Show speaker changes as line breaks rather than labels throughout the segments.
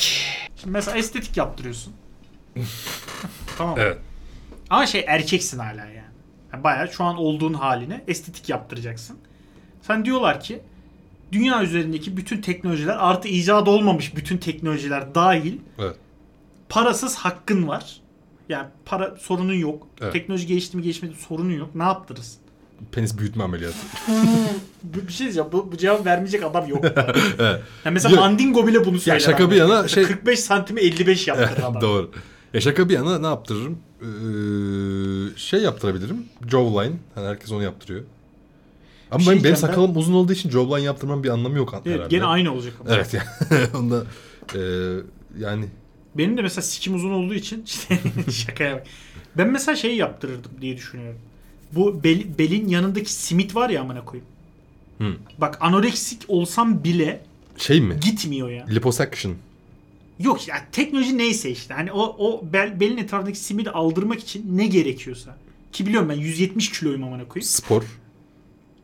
Şimdi mesela estetik yaptırıyorsun. tamam.
Evet.
Ama şey erkeksin hala yani. Yani Bayağı şu an olduğun haline estetik yaptıracaksın. Sen diyorlar ki dünya üzerindeki bütün teknolojiler artı icat olmamış bütün teknolojiler dahil
Evet.
parasız hakkın var. Yani para sorunun yok.
Evet.
Teknoloji gelişti mi gelişmedi mi sorunun yok. Ne yaptırırsın?
Penis büyütme ameliyatı.
Bu- Bir şey diyeceğim. Bu, bu cevap vermeyecek adam yok.
evet.
Yani mesela
Ya-
Mandingo bile bunu söyler.
şaka
abi.
bir yana
Mesela
şey-
45 santimi 55 yaptır adam.
Doğru. Ya şaka bir yana ne yaptırırım? Ee, şey yaptırabilirim. Jawline. Hani herkes onu yaptırıyor. Ama
Bir şey
benim, benim
diyeceğim ben.
sakalım uzun olduğu için jawline yaptırmanın bir anlamı yok herhalde.
Evet, gene aynı olacak ama.
Evet yani. Onda e, yani
Benim de mesela sikim uzun olduğu için işte şakaya bak. Ben mesela şey yaptırırdım diye düşünüyorum. Bu bel- belin yanındaki simit var ya amına koyayım.
Hı.
Bak anoreksik olsam bile
şey mi?
gitmiyor ya.
Liposuction.
Yok ya teknoloji neyse işte. Hani o o bel, belin etrafındaki simidi aldırmak için ne gerekiyorsa. Ki biliyorum ben 170 kiloyum amına koyayım.
Spor.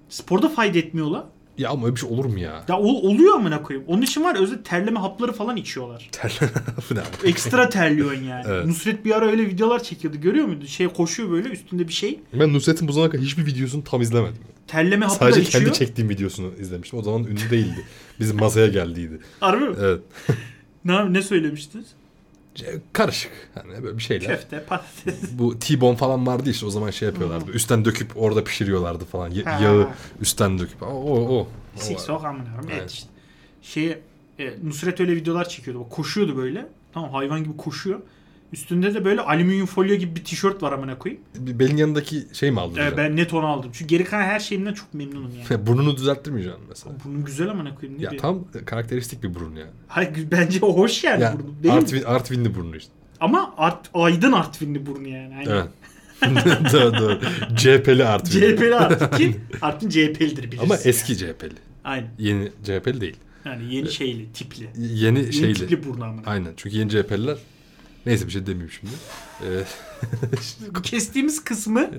Sporda fayda etmiyorlar.
Ya ama öyle bir şey olur mu ya?
Ya o oluyor amına koyayım. Onun için var ya, özellikle terleme hapları falan içiyorlar.
Bu ne abi?
Ekstra terliyorsun yani.
Evet.
Nusret bir ara öyle videolar çekiyordu görüyor muydun? Şey koşuyor böyle üstünde bir şey.
Ben Nusret'in bu zamana kadar hiçbir videosunu tam izlemedim.
Terleme hapı da
Sadece
içiyor.
kendi çektiğim videosunu izlemiştim. O zaman ünlü değildi. Bizim masaya geldiydi.
Harbi mi?
Evet.
Ne, ne söylemiştiniz?
C- Karışık. Hani böyle bir şeyler.
Köfte, patates.
Bu T-bone falan vardı işte o zaman şey yapıyorlardı. Üstten döküp orada pişiriyorlardı falan. Ya-
Hmm. Ha.
yağı üstten döküp. O o. o.
Sik sok amına koyayım.
Evet.
Evet işte. Şey, e, Nusret öyle videolar çekiyordu. Bak, koşuyordu böyle. Tamam hayvan gibi koşuyor. Üstünde de böyle alüminyum folyo gibi bir tişört var amına koyayım.
Bir Belin yanındaki şey mi aldın?
E, ben net onu aldım. Çünkü geri kalan her şeyimden çok memnunum yani.
Burnunu düzelttirmeyeceksin mesela.
Bunun güzel amına koyayım ne
Ya
bir.
tam karakteristik bir burun yani.
Hayır, bence o hoş yani,
Ya,
burnu. Değil mi?
Artvin, Artvinli burnu işte.
Ama art, aydın Artvinli burnu yani. Hani Aynen.
Evet. doğru doğru. CHP'li Artvin.
CHP'li Artvin. Artvin CHP'lidir bilirsin.
Ama eski
Yani.
CHP'li.
Aynen.
Yeni CHP'li değil.
Yani yeni şeyli, tipli.
Y- Yeni,
Yeni
şeyli.
tipli burnu amına.
Aynen. Çünkü yeni CHP'liler neyse bir şey demeyeyim şimdi. Ee,
Kestiğimiz kısmı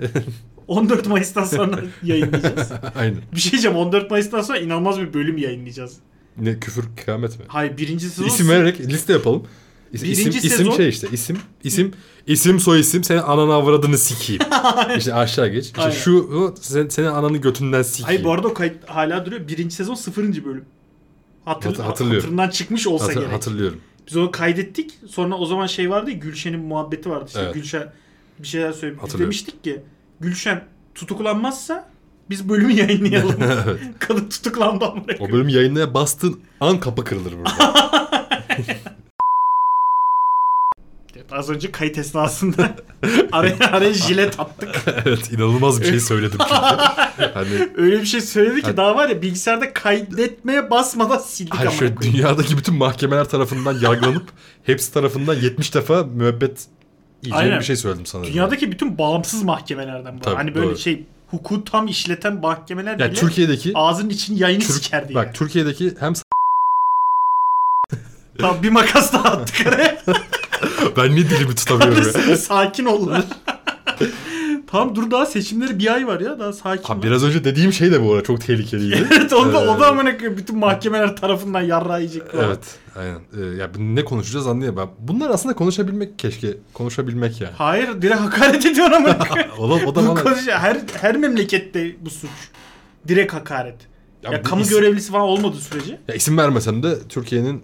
14 Mayıs'tan sonra yayınlayacağız.
aynen.
Bir şey diyeceğim 14 Mayıs'tan sonra inanılmaz bir bölüm yayınlayacağız.
Ne küfür kıyamet mi?
Hayır birinci sezon
İsim vererek liste yapalım. İs-
Birinci
isim, isim
sezon-
şey işte isim isim isim soy isim senin ananı avradını sikeyim. işte aşağı geç. İşte
Aynen.
şu o, sen, senin ananı götünden sikeyim.
Hayır bu arada o kayıt hala duruyor. Birinci sezon sıfırıncı bölüm. Hatır,
Hat- hatırlıyorum.
Hatırından çıkmış olsa
Hatır-
gerek.
hatırlıyorum.
Biz onu kaydettik. Sonra o zaman şey vardı ya Gülşen'in muhabbeti vardı. İşte
Evet.
Gülşen bir şeyler söylemiş. Biz
Hatırlıyorum.
demiştik ki Gülşen tutuklanmazsa biz bölümü yayınlayalım.
evet.
Kadın tutuklandı amına
O bölüm yayınlaya bastığın an kapı kırılır burada.
Evet, Az önce kayıt esnasında araya, araya jilet attık.
evet inanılmaz bir şey söyledim çünkü. hani
Öyle bir şey söyledi ki
Hadi.
daha var ya bilgisayarda kaydetmeye basmadan sildik
Hayır
ama.
şöyle dünyadaki bütün mahkemeler tarafından yargılanıp hepsi tarafından 70 defa müebbet yiyeceğim
Aynen.
bir şey söyledim sana.
Dünyadaki bütün bağımsız mahkemelerden bu.
Tabii,
hani böyle
doğru.
şey hukuku tam işleten mahkemeler
yani
bile
Türkiye'deki
ağzının için yayını
Türk-
sikerdi
bak
yani.
Türkiye'deki hem s-
Tam bir makas daha attık araya.
ben ne dilimi tutamıyorum ya.
Sen sakin ol lan. Tam dur daha seçimleri bir ay var ya daha sakin ol.
Ha, biraz önce dediğim şey de bu arada çok tehlikeliydi.
evet onu da, o da
Ee,
amına koyayım bütün mahkemeler tarafından yarrağı yiyecek. bu adam.
Evet, aynen. Ee, ya bu- ne konuşacağız anlayamam. Bunlar aslında konuşabilmek keşke. Konuşabilmek yani.
Hayır direkt hakaret ediyor ama.
Oğlum o da
bu
bana...
konuş- her, her memlekette bu suç. Direkt hakaret. Ya,
Ya bu
kamu
is-
görevlisi falan olmadığı sürece.
Ya isim vermesem de Türkiye'nin...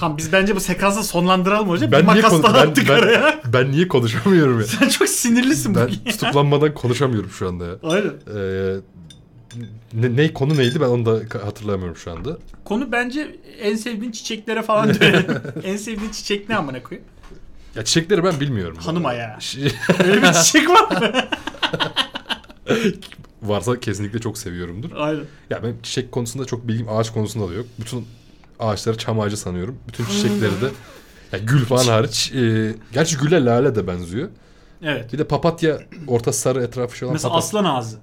Tamam biz bence bu sekansı sonlandıralım hocam.
Ben
bir
niye
makas
konu-
daha
ben-
attık
ben-
araya.
Ben niye konuşamıyorum ya?
Sen çok sinirlisin
ben
bugün.
tutuklanmadan konuşamıyorum şu anda ya.
Aynen.
Ee, ne, ne- konu neydi ben onu da ka- hatırlamıyorum şu anda.
Konu bence en sevdiğin çiçeklere falan dönelim. en sevdiğin çiçek ne amına koyayım?
Ya çiçekleri ben bilmiyorum.
Hanım ayağı.
Ş-
Öyle bir çiçek var mı?
Varsa kesinlikle çok seviyorumdur.
Aynen.
Ya ben çiçek konusunda çok bilgim ağaç konusunda da yok. Bütün ağaçları çam ağacı sanıyorum. Bütün çiçekleri de ya gül falan hariç. e, gerçi gülle lale de benziyor.
Evet.
Bir de papatya orta sarı etrafı şey olan
Mesela
papatya.
aslan ağzı.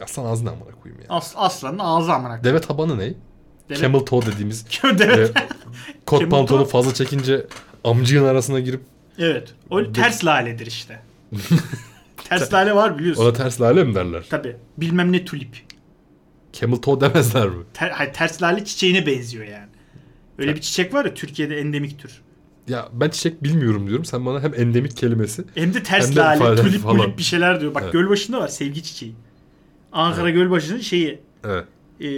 Aslan ağzına amına koyayım ya.
As, aslanın ağzı amına
Deve tabanı ne?
Deve-
Camel toe dediğimiz.
koyayım. Evet.
e, kot
Camel
pantolonu
toe.
fazla çekince amcığın arasına girip
evet. O ters laledir işte. ters lale var biliyorsun.
ona ters lale mi derler?
Tabii. Bilmem ne tulip.
Camel toe demezler mi?
Ter, hayır, ters lale çiçeğine benziyor yani. Öyle bir çiçek var ya Türkiye'de endemik tür.
Ya ben çiçek bilmiyorum diyorum. Sen bana hem endemik kelimesi
Hem de ters
Hem de
lale,
falan-
tulip
falan.
mulip bir şeyler diyor. Bak
Evet.
Gölbaşı'nda var sevgi çiçeği. Ankara Gölbaşı'nın şeyi
evet.
e,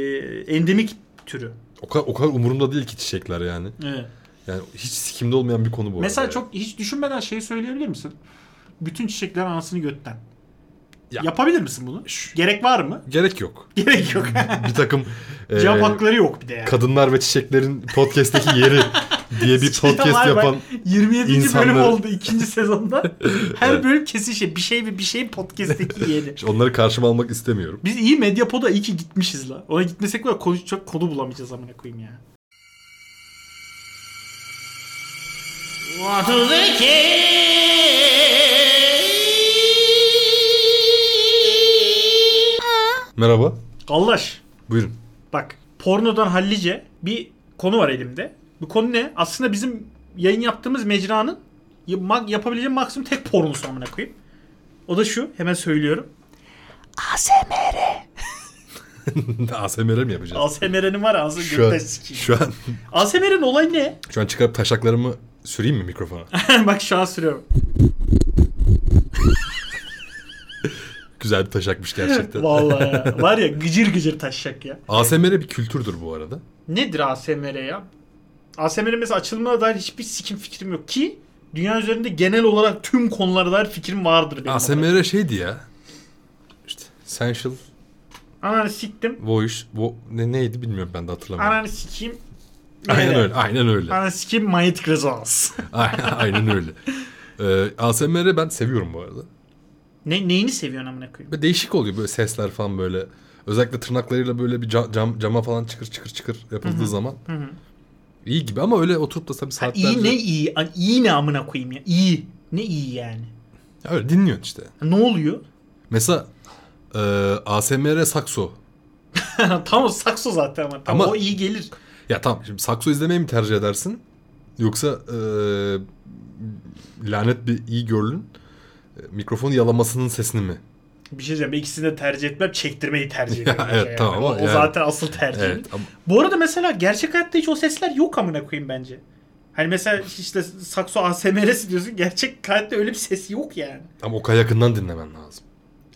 endemik türü.
O kadar, o kadar umurumda değil ki çiçekler yani.
Evet.
Yani hiç sikimde olmayan bir konu bu.
Mesela
arada.
çok hiç düşünmeden şey söyleyebilir misin? Bütün çiçekler anasını götten.
Ya.
Yapabilir misin bunu? Gerek var mı?
gerek yok.
Gerek yok.
Bir takım e,
Cevap hakları yok bir de yani.
kadınlar ve çiçeklerin podcast'teki yeri diye bir
Şey
podcast
var bak,
yapan
27. bölüm
insanları-
oldu ikinci sezonda. Her bölüm kesin şey bir şey ve bir şey podcast'teki yeni.
onları karşıma almak istemiyorum.
Biz iyi Medyapod'a iyi ki gitmişiz la. Ona gitmesek var ya, konuşacak konu bulamayacağız amına koyayım ya.
Merhaba.
Gallaş
Buyurun.
bak pornodan hallice bir konu var elimde. Bu konu ne? Aslında bizim yayın yaptığımız mecranın ya- ma- yapabileceğim maksimum tek pornosu amına koyayım. O da şu hemen söylüyorum.
ASMR mi yapacağız?
ASMR'nin var ağzını
şu an,
gökten sikeyim.
şu an
ASMR'in olayı ne?
şu an çıkarıp taşaklarımı süreyim mi mikrofona?
Bak şu an sürüyorum.
Güzel bir taşakmış gerçekten.
Vallahi ya. var ya gıcır gıcır taşacak ya.
ASMR bir kültürdür bu arada.
Nedir ASMR ya? ASMR'in mesela açılımına dair hiçbir sikim fikrim yok ki dünya üzerinde genel olarak tüm konulara dair fikrim vardır benim.
ASMR şeydi ya. İşte sensual
Ananı siktim.
voice. Vo- ne, neydi bilmiyorum ben de hatırlamıyorum.
Ananı sikeyim.
aynen
Nereye?
öyle. Aynen öyle.
Ananı sikeyim manyetik rezonans.
aynen öyle. Ee, ASMR'ı ben seviyorum bu arada.
ne, neyini seviyorsun amına koyayım?
Böyle değişik oluyor böyle sesler falan böyle. Özellikle tırnaklarıyla böyle bir ca- cam, cama falan çıkır çıkır çıkır yapıldığı zaman. İyi gibi ama öyle oturup da tabii saatlerce...
iyi ne iyi? An- İyi ne amına koyayım ya? İyi. Ne iyi yani?
Ya öyle dinliyorsun işte.
Ne oluyor?
Mesela e, ASMR sakso.
tam o sakso zaten ama. Tam
Ama-
o iyi gelir.
Ya tamam şimdi sakso izlemeyi mi tercih edersin? Yoksa e, lanet bir iyi görlün e, mikrofon yalamasının sesini mi?
Bir şey diyeceğim. İkisini de tercih etmem. Çektirmeyi tercih ediyorum.
evet,
Yani.
tamam
O,
ama
o
yani-
zaten asıl tercih.
Evet. ama-
Bu arada mesela gerçek hayatta hiç o sesler yok amına koyayım bence. Hani mesela işte sakso ASMR'si diyorsun. Gerçek hayatta öyle bir ses yok yani.
Ama o kadar yakından dinlemen lazım.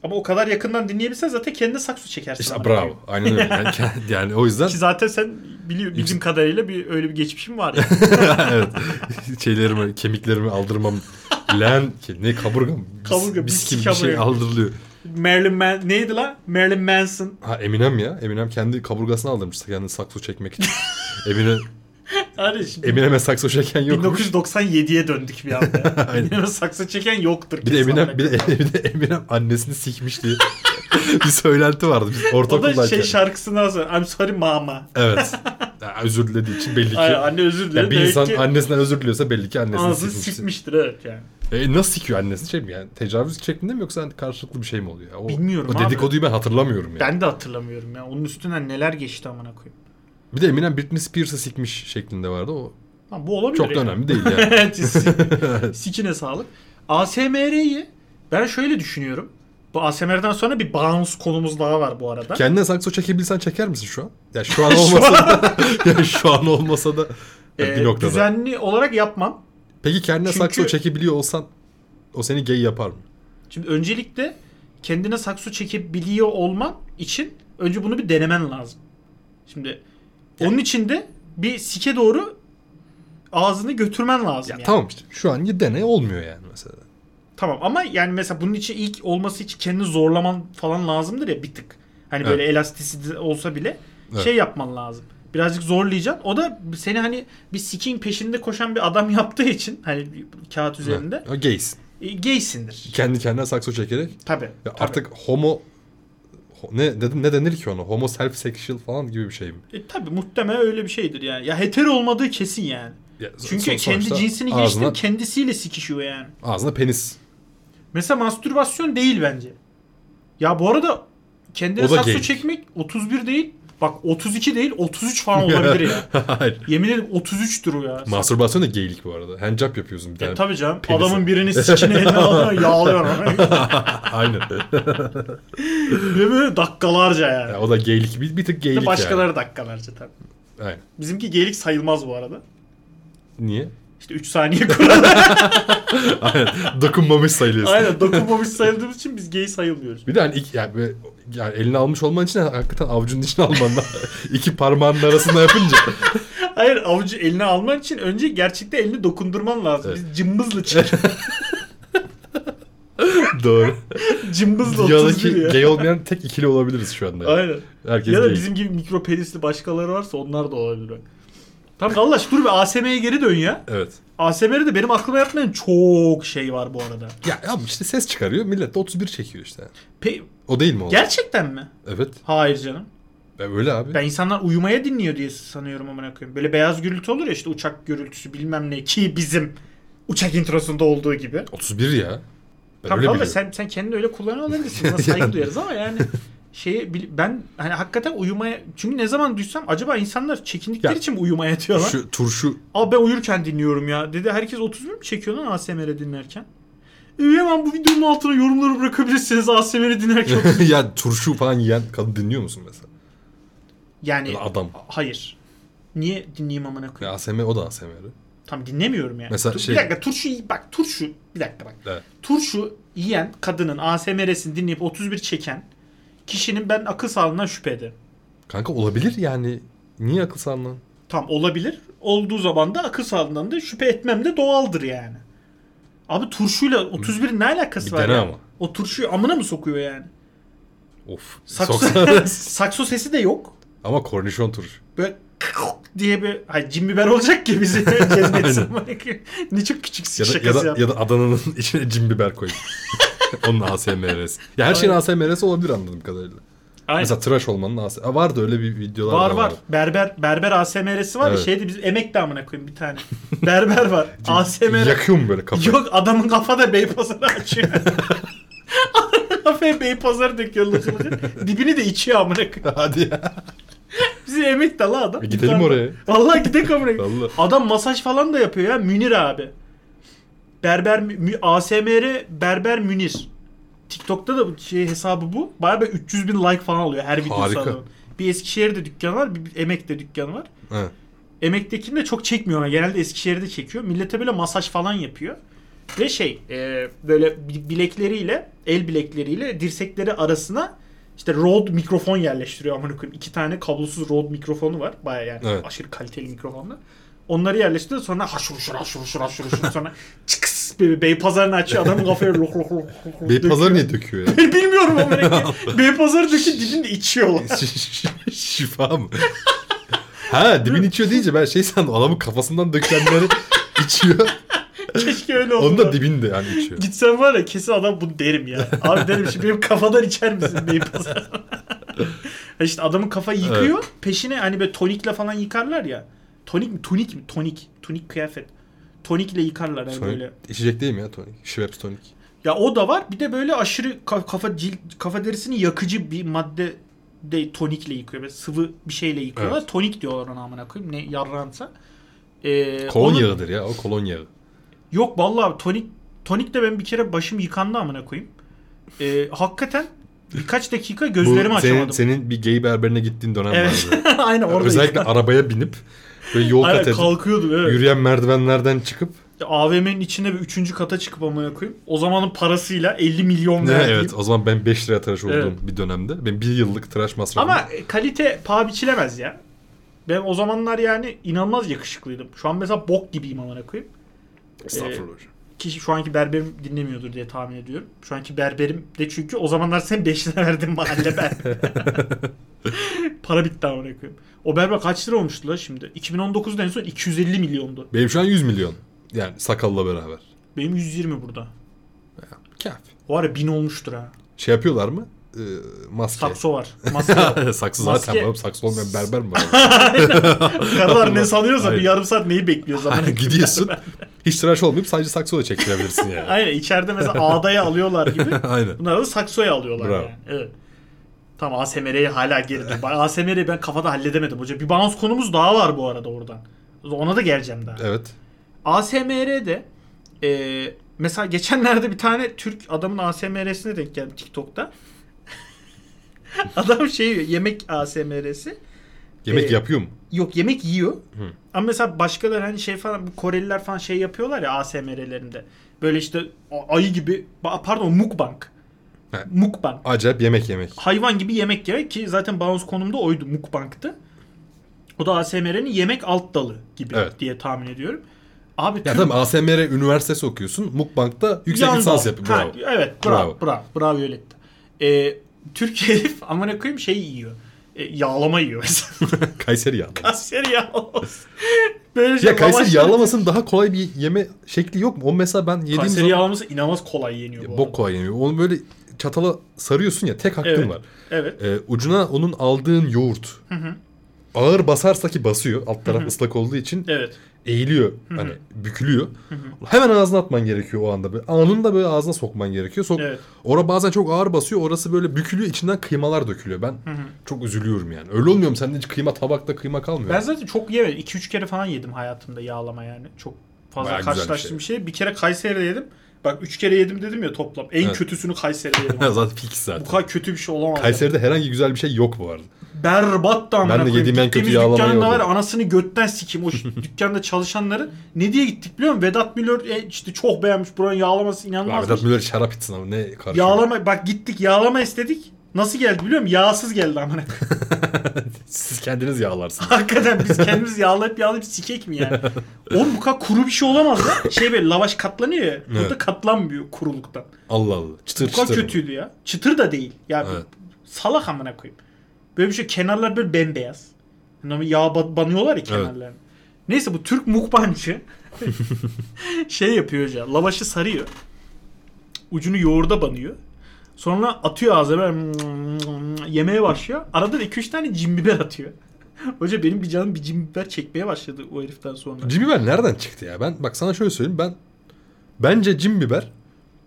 Ama o kadar yakından dinleyebilsen zaten kendine sakso çekersin.
İşte
amına
bravo.
koyayım.
Aynen öyle. Yani, kend- yani o yüzden
Ki zaten sen biliyor, bizim
Yüksek-
kadarıyla bir öyle bir geçmişim var ya.
evet. Şeylerimi, kemiklerimi aldırmam. Lan ki ne kaburgam. Bis,
Kaburga,
bis gibi
bis
bir şey
kaburga.
aldırılıyor.
Marilyn Man neydi lan? Marilyn Manson.
Ha Eminem ya. Eminem kendi kaburgasını aldırmış. Kendini sakso çekmek için. Emine,
Hani şimdi
Eminem'e sakso çeken yok.
1997'ye döndük bir anda.
Aynen.
Aynen. sakso çeken yoktur.
Bir de
kesin amına
Eminem, bir
koyayım.
de, bir de Eminem annesini sikmiş diye bir söylenti vardı biz
O da şey
ortaokuldayken.
şarkısından sonra I'm sorry mama.
evet. Ya, özür dilediği için belli ki.
Ay, anne özür
Ya
dilerim.
bir
Demek
insan
ki
annesinden özür diliyorsa belli ki annesini
Ağzını
sikmiş.
sikmiştir evet yani.
E, nasıl sikiyor annesini? Şey mi yani tecavüz şeklinde mi yoksa hani karşılıklı bir şey mi oluyor? O,
Bilmiyorum
O
abi.
dedikoduyu ben hatırlamıyorum yani.
Ben de hatırlamıyorum ya. Onun üstünden neler geçti amına koyayım.
Bir de Eminem Britney Spears'ı sikmiş şeklinde vardı. O
Ha, bu olabilir
çok da
yani.
önemli değil yani.
Evet, sik- Sikine sağlık. ASMR'yi ben şöyle düşünüyorum. Bu ASMR'den sonra bir bounce konumuz daha var bu arada.
Kendine sakso çekebilsen çeker misin şu an? Ya şu an
Şu
olmasa da ya şu an olmasa da ya
Ee,
bir noktada.
düzenli olarak yapmam.
Peki kendine
Çünkü-
sakso çekebiliyor olsan o seni gay yapar mı?
Şimdi öncelikle kendine sakso çekebiliyor olman için önce bunu bir denemen lazım. Şimdi onun için de bir sike doğru ağzını götürmen lazım.
Ya
yani.
tamam işte şu an ya dene olmuyor yani mesela.
Tamam ama yani mesela bunun için ilk olması için kendini zorlaman falan lazımdır ya bir tık. Hani böyle elastisi olsa bile
Evet.
şey yapman lazım. Birazcık zorlayacaksın. O da seni hani bir sikin peşinde koşan bir adam yaptığı için hani bir kağıt üzerinde
Ha, gaysin.
e, gaysindir.
Kendi kendine sakso çekerek
Tabii.
ya
tabii.
artık homo ho- ne dedim ne denir ki ona? Homo self sexual falan gibi bir şey mi?
E, tabii muhtemelen öyle bir şeydir yani. Ya hetero olmadığı kesin yani.
Ya so-
Çünkü
son-
kendi
sonuçta
cinsini
ağzına,
geçtim kendisiyle sikişiyor yani.
ağzına penis.
Mesela mastürbasyon değil bence. Ya bu arada kendine
O da
sakso
geyik.
çekmek 31 değil. Bak 32 değil 33 falan olabilir ya.
Hayır.
Yemin ederim 33'tür o ya.
Mastürbasyon da geylik bu arada. Handjob yapıyorsun bir
E
tane.
tabii canım.
Penisi.
Adamın birini sikine eline alıyor, yağlıyor. ona.
Aynen.
Ve böyle dakikalarca yani.
Ya o da geylik. Bir, bir tık geylik
Başkaları dakikalarca tabii.
Aynen.
Bizimki geyik sayılmaz bu arada.
Niye?
İşte 3 saniye kuralı.
Aynen. Dokunmamış sayılıyorsun.
Aynen dokunmamış sayıldığımız için biz gay sayılmıyoruz.
Bir de hani ilk, yani, böyle- yani elini almış olman için hakikaten avucunun içine alman lazım. İki parmağının arasında yapınca.
Hayır avucu eline alman için önce gerçekte elini dokundurman lazım. Biz cımbızla çık.
Doğru.
cımbızla 31
Dünyadaki
ya.
gay olmayan tek ikili olabiliriz şu anda.
Aynen.
Herkes
Ya da
gay.
bizim gibi mikro penisli başkaları varsa onlar da olabilir. bak. Tamam Allah dur bir ASM'ye geri dön ya.
Evet.
ASM'de de benim aklıma yatmayan çok şey var bu arada.
Ya, ya işte ses çıkarıyor. Millet de 31 çekiyor işte.
Pe-
O değil mi o?
Gerçekten mi?
Evet.
Hayır canım.
Ya öyle abi.
Ben insanlar uyumaya dinliyor diye sanıyorum amına koyayım. Böyle beyaz gürültü olur ya işte uçak gürültüsü bilmem ne ki bizim uçak introsunda olduğu gibi.
31 ya. Ben
Tamam
öyle
tamam da
biliyorum.
sen, sen kendini öyle kullanıyor olabilirsin. Buna
Yani.
saygı duyarız ama yani şeyi bil- ben hani hakikaten uyumaya çünkü ne zaman duysam acaba insanlar çekindikleri
Ya.
için mi uyumaya yatıyorlar?
Şu turşu
Abi ben uyurken dinliyorum ya. Dedi herkes 30 bin mi çekiyor lan ASMR dinlerken? E, hemen bu videonun altına yorumları bırakabilirsiniz ASMR dinlerken.
ya turşu falan yiyen kadın dinliyor musun mesela?
yani
Ya da adam.
hayır. Niye dinleyeyim amına koyayım?
Ya ASMR o da ASMR'i.
Tam dinlemiyorum yani.
Mesela
Dur,
şey-
Bir dakika turşu yi- bak turşu bir dakika bak.
Evet.
Turşu yiyen kadının ASMR'sini dinleyip 31 çeken kişinin ben akıl sağlığından şüphe ederim.
Kanka olabilir yani. Niye akıl sağlığından?
Tam olabilir. Olduğu zaman da akıl sağlığından da şüphe etmem de doğaldır yani. Abi turşuyla 31'in ne alakası
Bir
var
dene
ya?
ama.
O turşuyu amına mı sokuyor yani?
Of.
Sakso,
Soksa-
sakso sesi de yok.
Ama kornişon turşu.
Böyle diye bir hayır, cin biber olacak ki bizi cezbetsin.
Aynen.
ne çok küçük
Ya da, ya
şakası
da,
yaptı.
ya da Adana'nın içine cin biber koy. Onun ASMR'si. Ya her şeyin
Aynen.
ASMR'si olabilir anladığım kadarıyla.
Aynen.
Mesela tıraş olmanın ASMR'si. Vardı öyle bir videolar
Var
da
var.
vardı.
Berber berber ASMR'si var
Evet.
ya şeydi bizim emek damına koyayım bir tane. Berber var. ASMR.
Yakıyor mu böyle kafayı?
Yok adamın kafada Beypazarı açıyor. Kafaya Beypazarı döküyor lıkı lıkı. Dibini de içiyor amına koyayım.
Hadi ya.
Bizim emek dalı adam.
E, gidelim oraya.
Vallahi gidelim amına koyayım.
Vallahi.
Adam masaj falan da yapıyor ya Münir abi. Berber Mü- Mü- ASMR Berber Münir. TikTok'ta da bu şey hesabı bu. Bayağı bir 300 bin like falan alıyor her videosu
Harika.
adamın. Bir Eskişehir'de dükkanı var, bir bir Emek'te dükkanı var.
Ha.
Emek'tekini de çok çekmiyor ona. Genelde Eskişehir'de çekiyor. Millete böyle masaj falan yapıyor. Ve şey e, böyle bi- bilekleriyle, el bilekleriyle dirsekleri arasına işte Rode mikrofon yerleştiriyor amına koyayım. İki tane kablosuz Rode mikrofonu var. Baya yani
Evet.
aşırı kaliteli mikrofonlar. Onları yerleştiriyor sonra haşır şur haşır şur haşır şur sonra çıkıs böyle Beypazarı'nı açıyor adamın kafaya lok lok lok lok lok
Beypazarı
döküyor.
niye döküyor ya?
Bilmiyorum amına koyayım. Beypazarı döküyor dibinde içiyorlar.
Şifa mı? ha dibini içiyor deyince ben şey sandım adamın kafasından dökenleri içiyor.
Keşke öyle olsa.
Onun da dibinde yani içiyor.
Gitsem var ya kesin adam bunu derim ya. Abi derim şimdi benim kafadan içer misin neyi pazar? işte adamın kafayı yıkıyor. Peşine hani böyle tonikle falan yıkarlar ya. Tonik mi? Tunik mi? Tonik. Tunik kıyafet. Tonikle yıkarlar hani
Tonik.
böyle.
İçecek değil mi ya tonik? Schweppes tonik.
Ya o da var. Bir de böyle aşırı ka- kafa cilt, kafa derisini yakıcı bir madde de tonikle yıkıyor. Böyle sıvı bir şeyle yıkıyorlar.
Evet.
Tonik diyorlar ona amına koyayım. Ne yarransa. Ee,
Kolon
onun-
yağıdır ya o kolon yağı.
Yok vallahi tonik tonikte ben bir kere başım yıkandı amına koyayım. Ee, hakikaten birkaç dakika gözlerimi
Bu senin,
açamadım.
senin bir gay berberine gittiğin dönem
Evet.
vardı.
Aynen orada
Özellikle
yıkandım.
arabaya binip böyle yol
Aynen,
kat edip
kalkıyordum evet.
yürüyen merdivenlerden çıkıp
AVM'nin içinde bir üçüncü kata çıkıp amına koyayım. O zamanın parasıyla 50 milyon
evet,
verdiğim.
o zaman ben 5 liraya tıraş olduğum
Evet.
bir dönemde. Ben bir yıllık tıraş masrafım.
Ama e, kalite paha biçilemez ya. Ben o zamanlar yani inanılmaz yakışıklıydım. Şu an mesela bok gibiyim amına koyayım. e,
Estağfurullah.
Ki şu anki berberim dinlemiyordur diye tahmin ediyorum. Şu anki berberim de çünkü o zamanlar sen 5 lira verdin mahalle berber. Para bitti amına koyayım. O berber kaç lira olmuştu la şimdi? 2019'da en son 250 milyondu.
Benim şu an 100 milyon. Yani sakalla beraber.
Benim 120 burada.
Kafi.
O ara 1000 olmuştur ha.
Şey yapıyorlar mı? Ee, maske.
Sakso var. Maske var.
saksı
Maske.
zaten var. Saksı olmayan berber mi var? Hani
Karılar ne sanıyorsa bir
Aynen.
yarım saat neyi bekliyoruz amına koyayım.
Gidiyorsun. Hiç tıraş olmayıp sadece saksı da çektirebilirsin yani.
Aynen içeride mesela ağdaya alıyorlar gibi.
Aynen.
Bunları da saksoya alıyorlar
Bravo.
yani. Evet. Tamam ASMR'yi hala geri dön. Bak ASMR'yi ben kafada halledemedim hoca. Bir bounce konumuz daha var bu arada oradan. Ona da geleceğim daha.
Evet.
ASMR'de e, mesela geçenlerde bir tane Türk adamın ASMR'sine denk geldim TikTok'ta. Adam şey yemek ASMR'si.
Yemek
Ee,
yapıyor mu?
Yok yemek yiyor. Ama mesela başkaları hani şey falan bu Koreliler falan şey yapıyorlar ya ASMR'lerinde. Böyle işte a- ayı gibi ba- pardon mukbang.
He.
Mukbang.
Acayip yemek yemek.
Hayvan gibi yemek yemek ki zaten bağımsız konumda oydu mukbang'tı. O da ASMR'nin yemek alt dalı gibi
Evet.
diye tahmin ediyorum. Abi
Ya
tüm-
tamam ASMR okuyorsun, okuyorsun. Mukbang'da yüksek
Yan
lisans
dal.
yapıyor.
Ha,
Bravo.
evet bravo bravo
Bravo.
bravo, Yoletta. Ee, Türk herif amına koyayım şey yiyor. Ee, yağlama yiyor mesela.
Kayseri yağlaması.
Kayseri yağlaması. Böyle şey
Ya Kayseri
lavaşla-
yağlamasının daha kolay bir yeme şekli yok mu? O mesela ben yediğim
Kayseri
zaman
yağlaması inanılmaz kolay yeniyor bu
bok
arada.
kolay yemiyor. Onu böyle çatala sarıyorsun ya tek hakkın
Evet.
var.
Evet.
Ee, ucuna onun aldığın yoğurt. Ağır basarsa ki basıyor. Alt taraf ıslak olduğu için
Evet.
eğiliyor. Hani bükülüyor. Hemen ağzına atman gerekiyor o anda. Böyle, anında böyle ağzına sokman gerekiyor. Sok...
Evet.
Ora bazen çok ağır basıyor. Orası böyle bükülüyor. içinden kıymalar dökülüyor. Ben çok üzülüyorum yani. Öyle olmuyor mu? Sende hiç kıyma tabakta kıyma kalmıyor.
Ben zaten çok yemedim. 2-3 kere falan yedim hayatımda yağlama yani. Çok fazla
Bayağı güzel bir
karşılaştığım bir şey. Bir kere Kayseri'de yedim. Bak 3 kere yedim dedim ya toplam. En
Evet.
kötüsünü Kayseri'de yedim.
Ha, zaten fix
bu
zaten.
kadar kötü bir şey olamaz. yani.
Kayseri'de herhangi güzel bir şey yok bu arada.
Berbat da amına
Ben de
koyayım.
yediğim en kötü
Gittiğimiz
yağlamayı
dükkanda var
oldu.
ya, anasını götten sikeyim o ş- dükkanda çalışanları. Ne diye gittik biliyor musun? Vedat Milor e, işte çok beğenmiş buranın yağlaması
Abi
inanılmaz.
Vedat Müller şarap içsin ama ne karışıyor.
Yağlama bak gittik yağlama istedik. Nasıl geldi biliyor musun? Yağsız geldi amına. koyayım.
Siz kendiniz yağlarsınız.
Hakikaten biz kendimiz yağlayıp yağlayıp sikek mi yani? Oğlum bu kadar kuru bir şey olamaz ya. Şey böyle lavaş katlanıyor ya. Burada
Evet.
katlanmıyor kuruluktan.
Allah Allah. Çıtır
Bu kadar
çıtır.
kötüydü ya. Çıtır da değil. Ya
Evet.
salak amına koyayım. Böyle bir şey kenarlar böyle bembeyaz. Yani yağ ba- banıyorlar ya kenarlarını. Neyse bu Türk mukbancı şey yapıyor ya. Lavaşı sarıyor. Ucunu yoğurda banıyor. Sonra atıyor ağzına böyle yemeye başlıyor. Arada da 2-3 tane cimbiber atıyor. Hoca benim bir canım bir cimbiber çekmeye başladı o heriften sonra.
Cin biber nereden çıktı ya? Ben bak sana şöyle söyleyeyim ben bence cin biber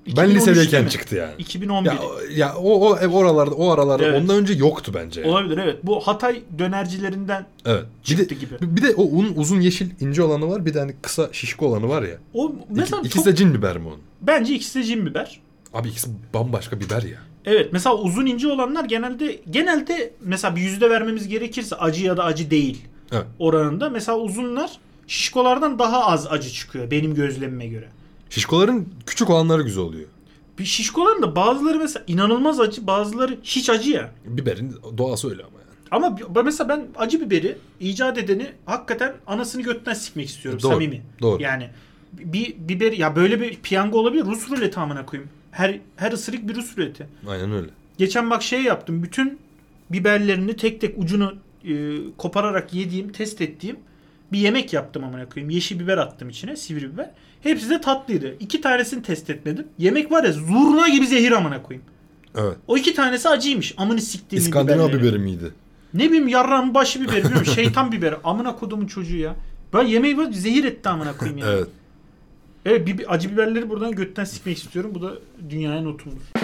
ben
2013 değil
lisedeyken
mi?
çıktı yani.
2011.
Ya, o- ya o, o ev oralarda o aralarda
Evet.
ondan önce yoktu bence. yani.
Olabilir evet. Bu Hatay dönercilerinden
Evet. Bir
Çıktı
de,
gibi.
bir de o un, uzun yeşil ince olanı var bir de hani kısa şişko olanı var ya.
o
İki,
mesela
ikisi
çok
de cin biber mi onun?
Bence ikisi de cin biber.
Abi ikisi bambaşka biber ya.
Evet mesela uzun ince olanlar genelde genelde mesela bir yüzde vermemiz gerekirse acı ya da acı değil
Evet.
oranında. Mesela uzunlar şişkolardan daha az acı çıkıyor benim gözlemime göre.
Şişkoların küçük olanları güzel oluyor.
Bir şişkoların da bazıları mesela inanılmaz acı bazıları hiç acı ya.
Biberin doğası öyle ama yani.
Ama bi- mesela ben acı biberi icat edeni hakikaten anasını götten sikmek istiyorum
Doğru,
samimi.
doğru.
Yani bir biber ya böyle bir piyango olabilir Rus ruleti amına koyayım. Her her ısırık bir Rus ruleti.
Aynen öyle.
Geçen bak şey yaptım. Bütün biberlerini tek tek ucunu e, kopararak yediğim, test ettiğim bir yemek yaptım amına koyayım. Yeşil biber attım içine, sivri biber. Hepsi de tatlıydı. İki tanesini test etmedim. Yemek var ya zurna gibi zehir amına koyayım.
Evet.
O iki tanesi acıymış. Amını siktiğim
İskandinav
biberleri.
biberi miydi?
Ne bileyim yarrağın başı biberi bilmiyorum. Şeytan biberi. Amına kodumun çocuğu ya. Böyle yemeği böyle zehir etti amına koyayım yani.
Evet.
Evet bir, acı biberleri buradan götten sikmek istiyorum. Bu da dünyaya notumdur.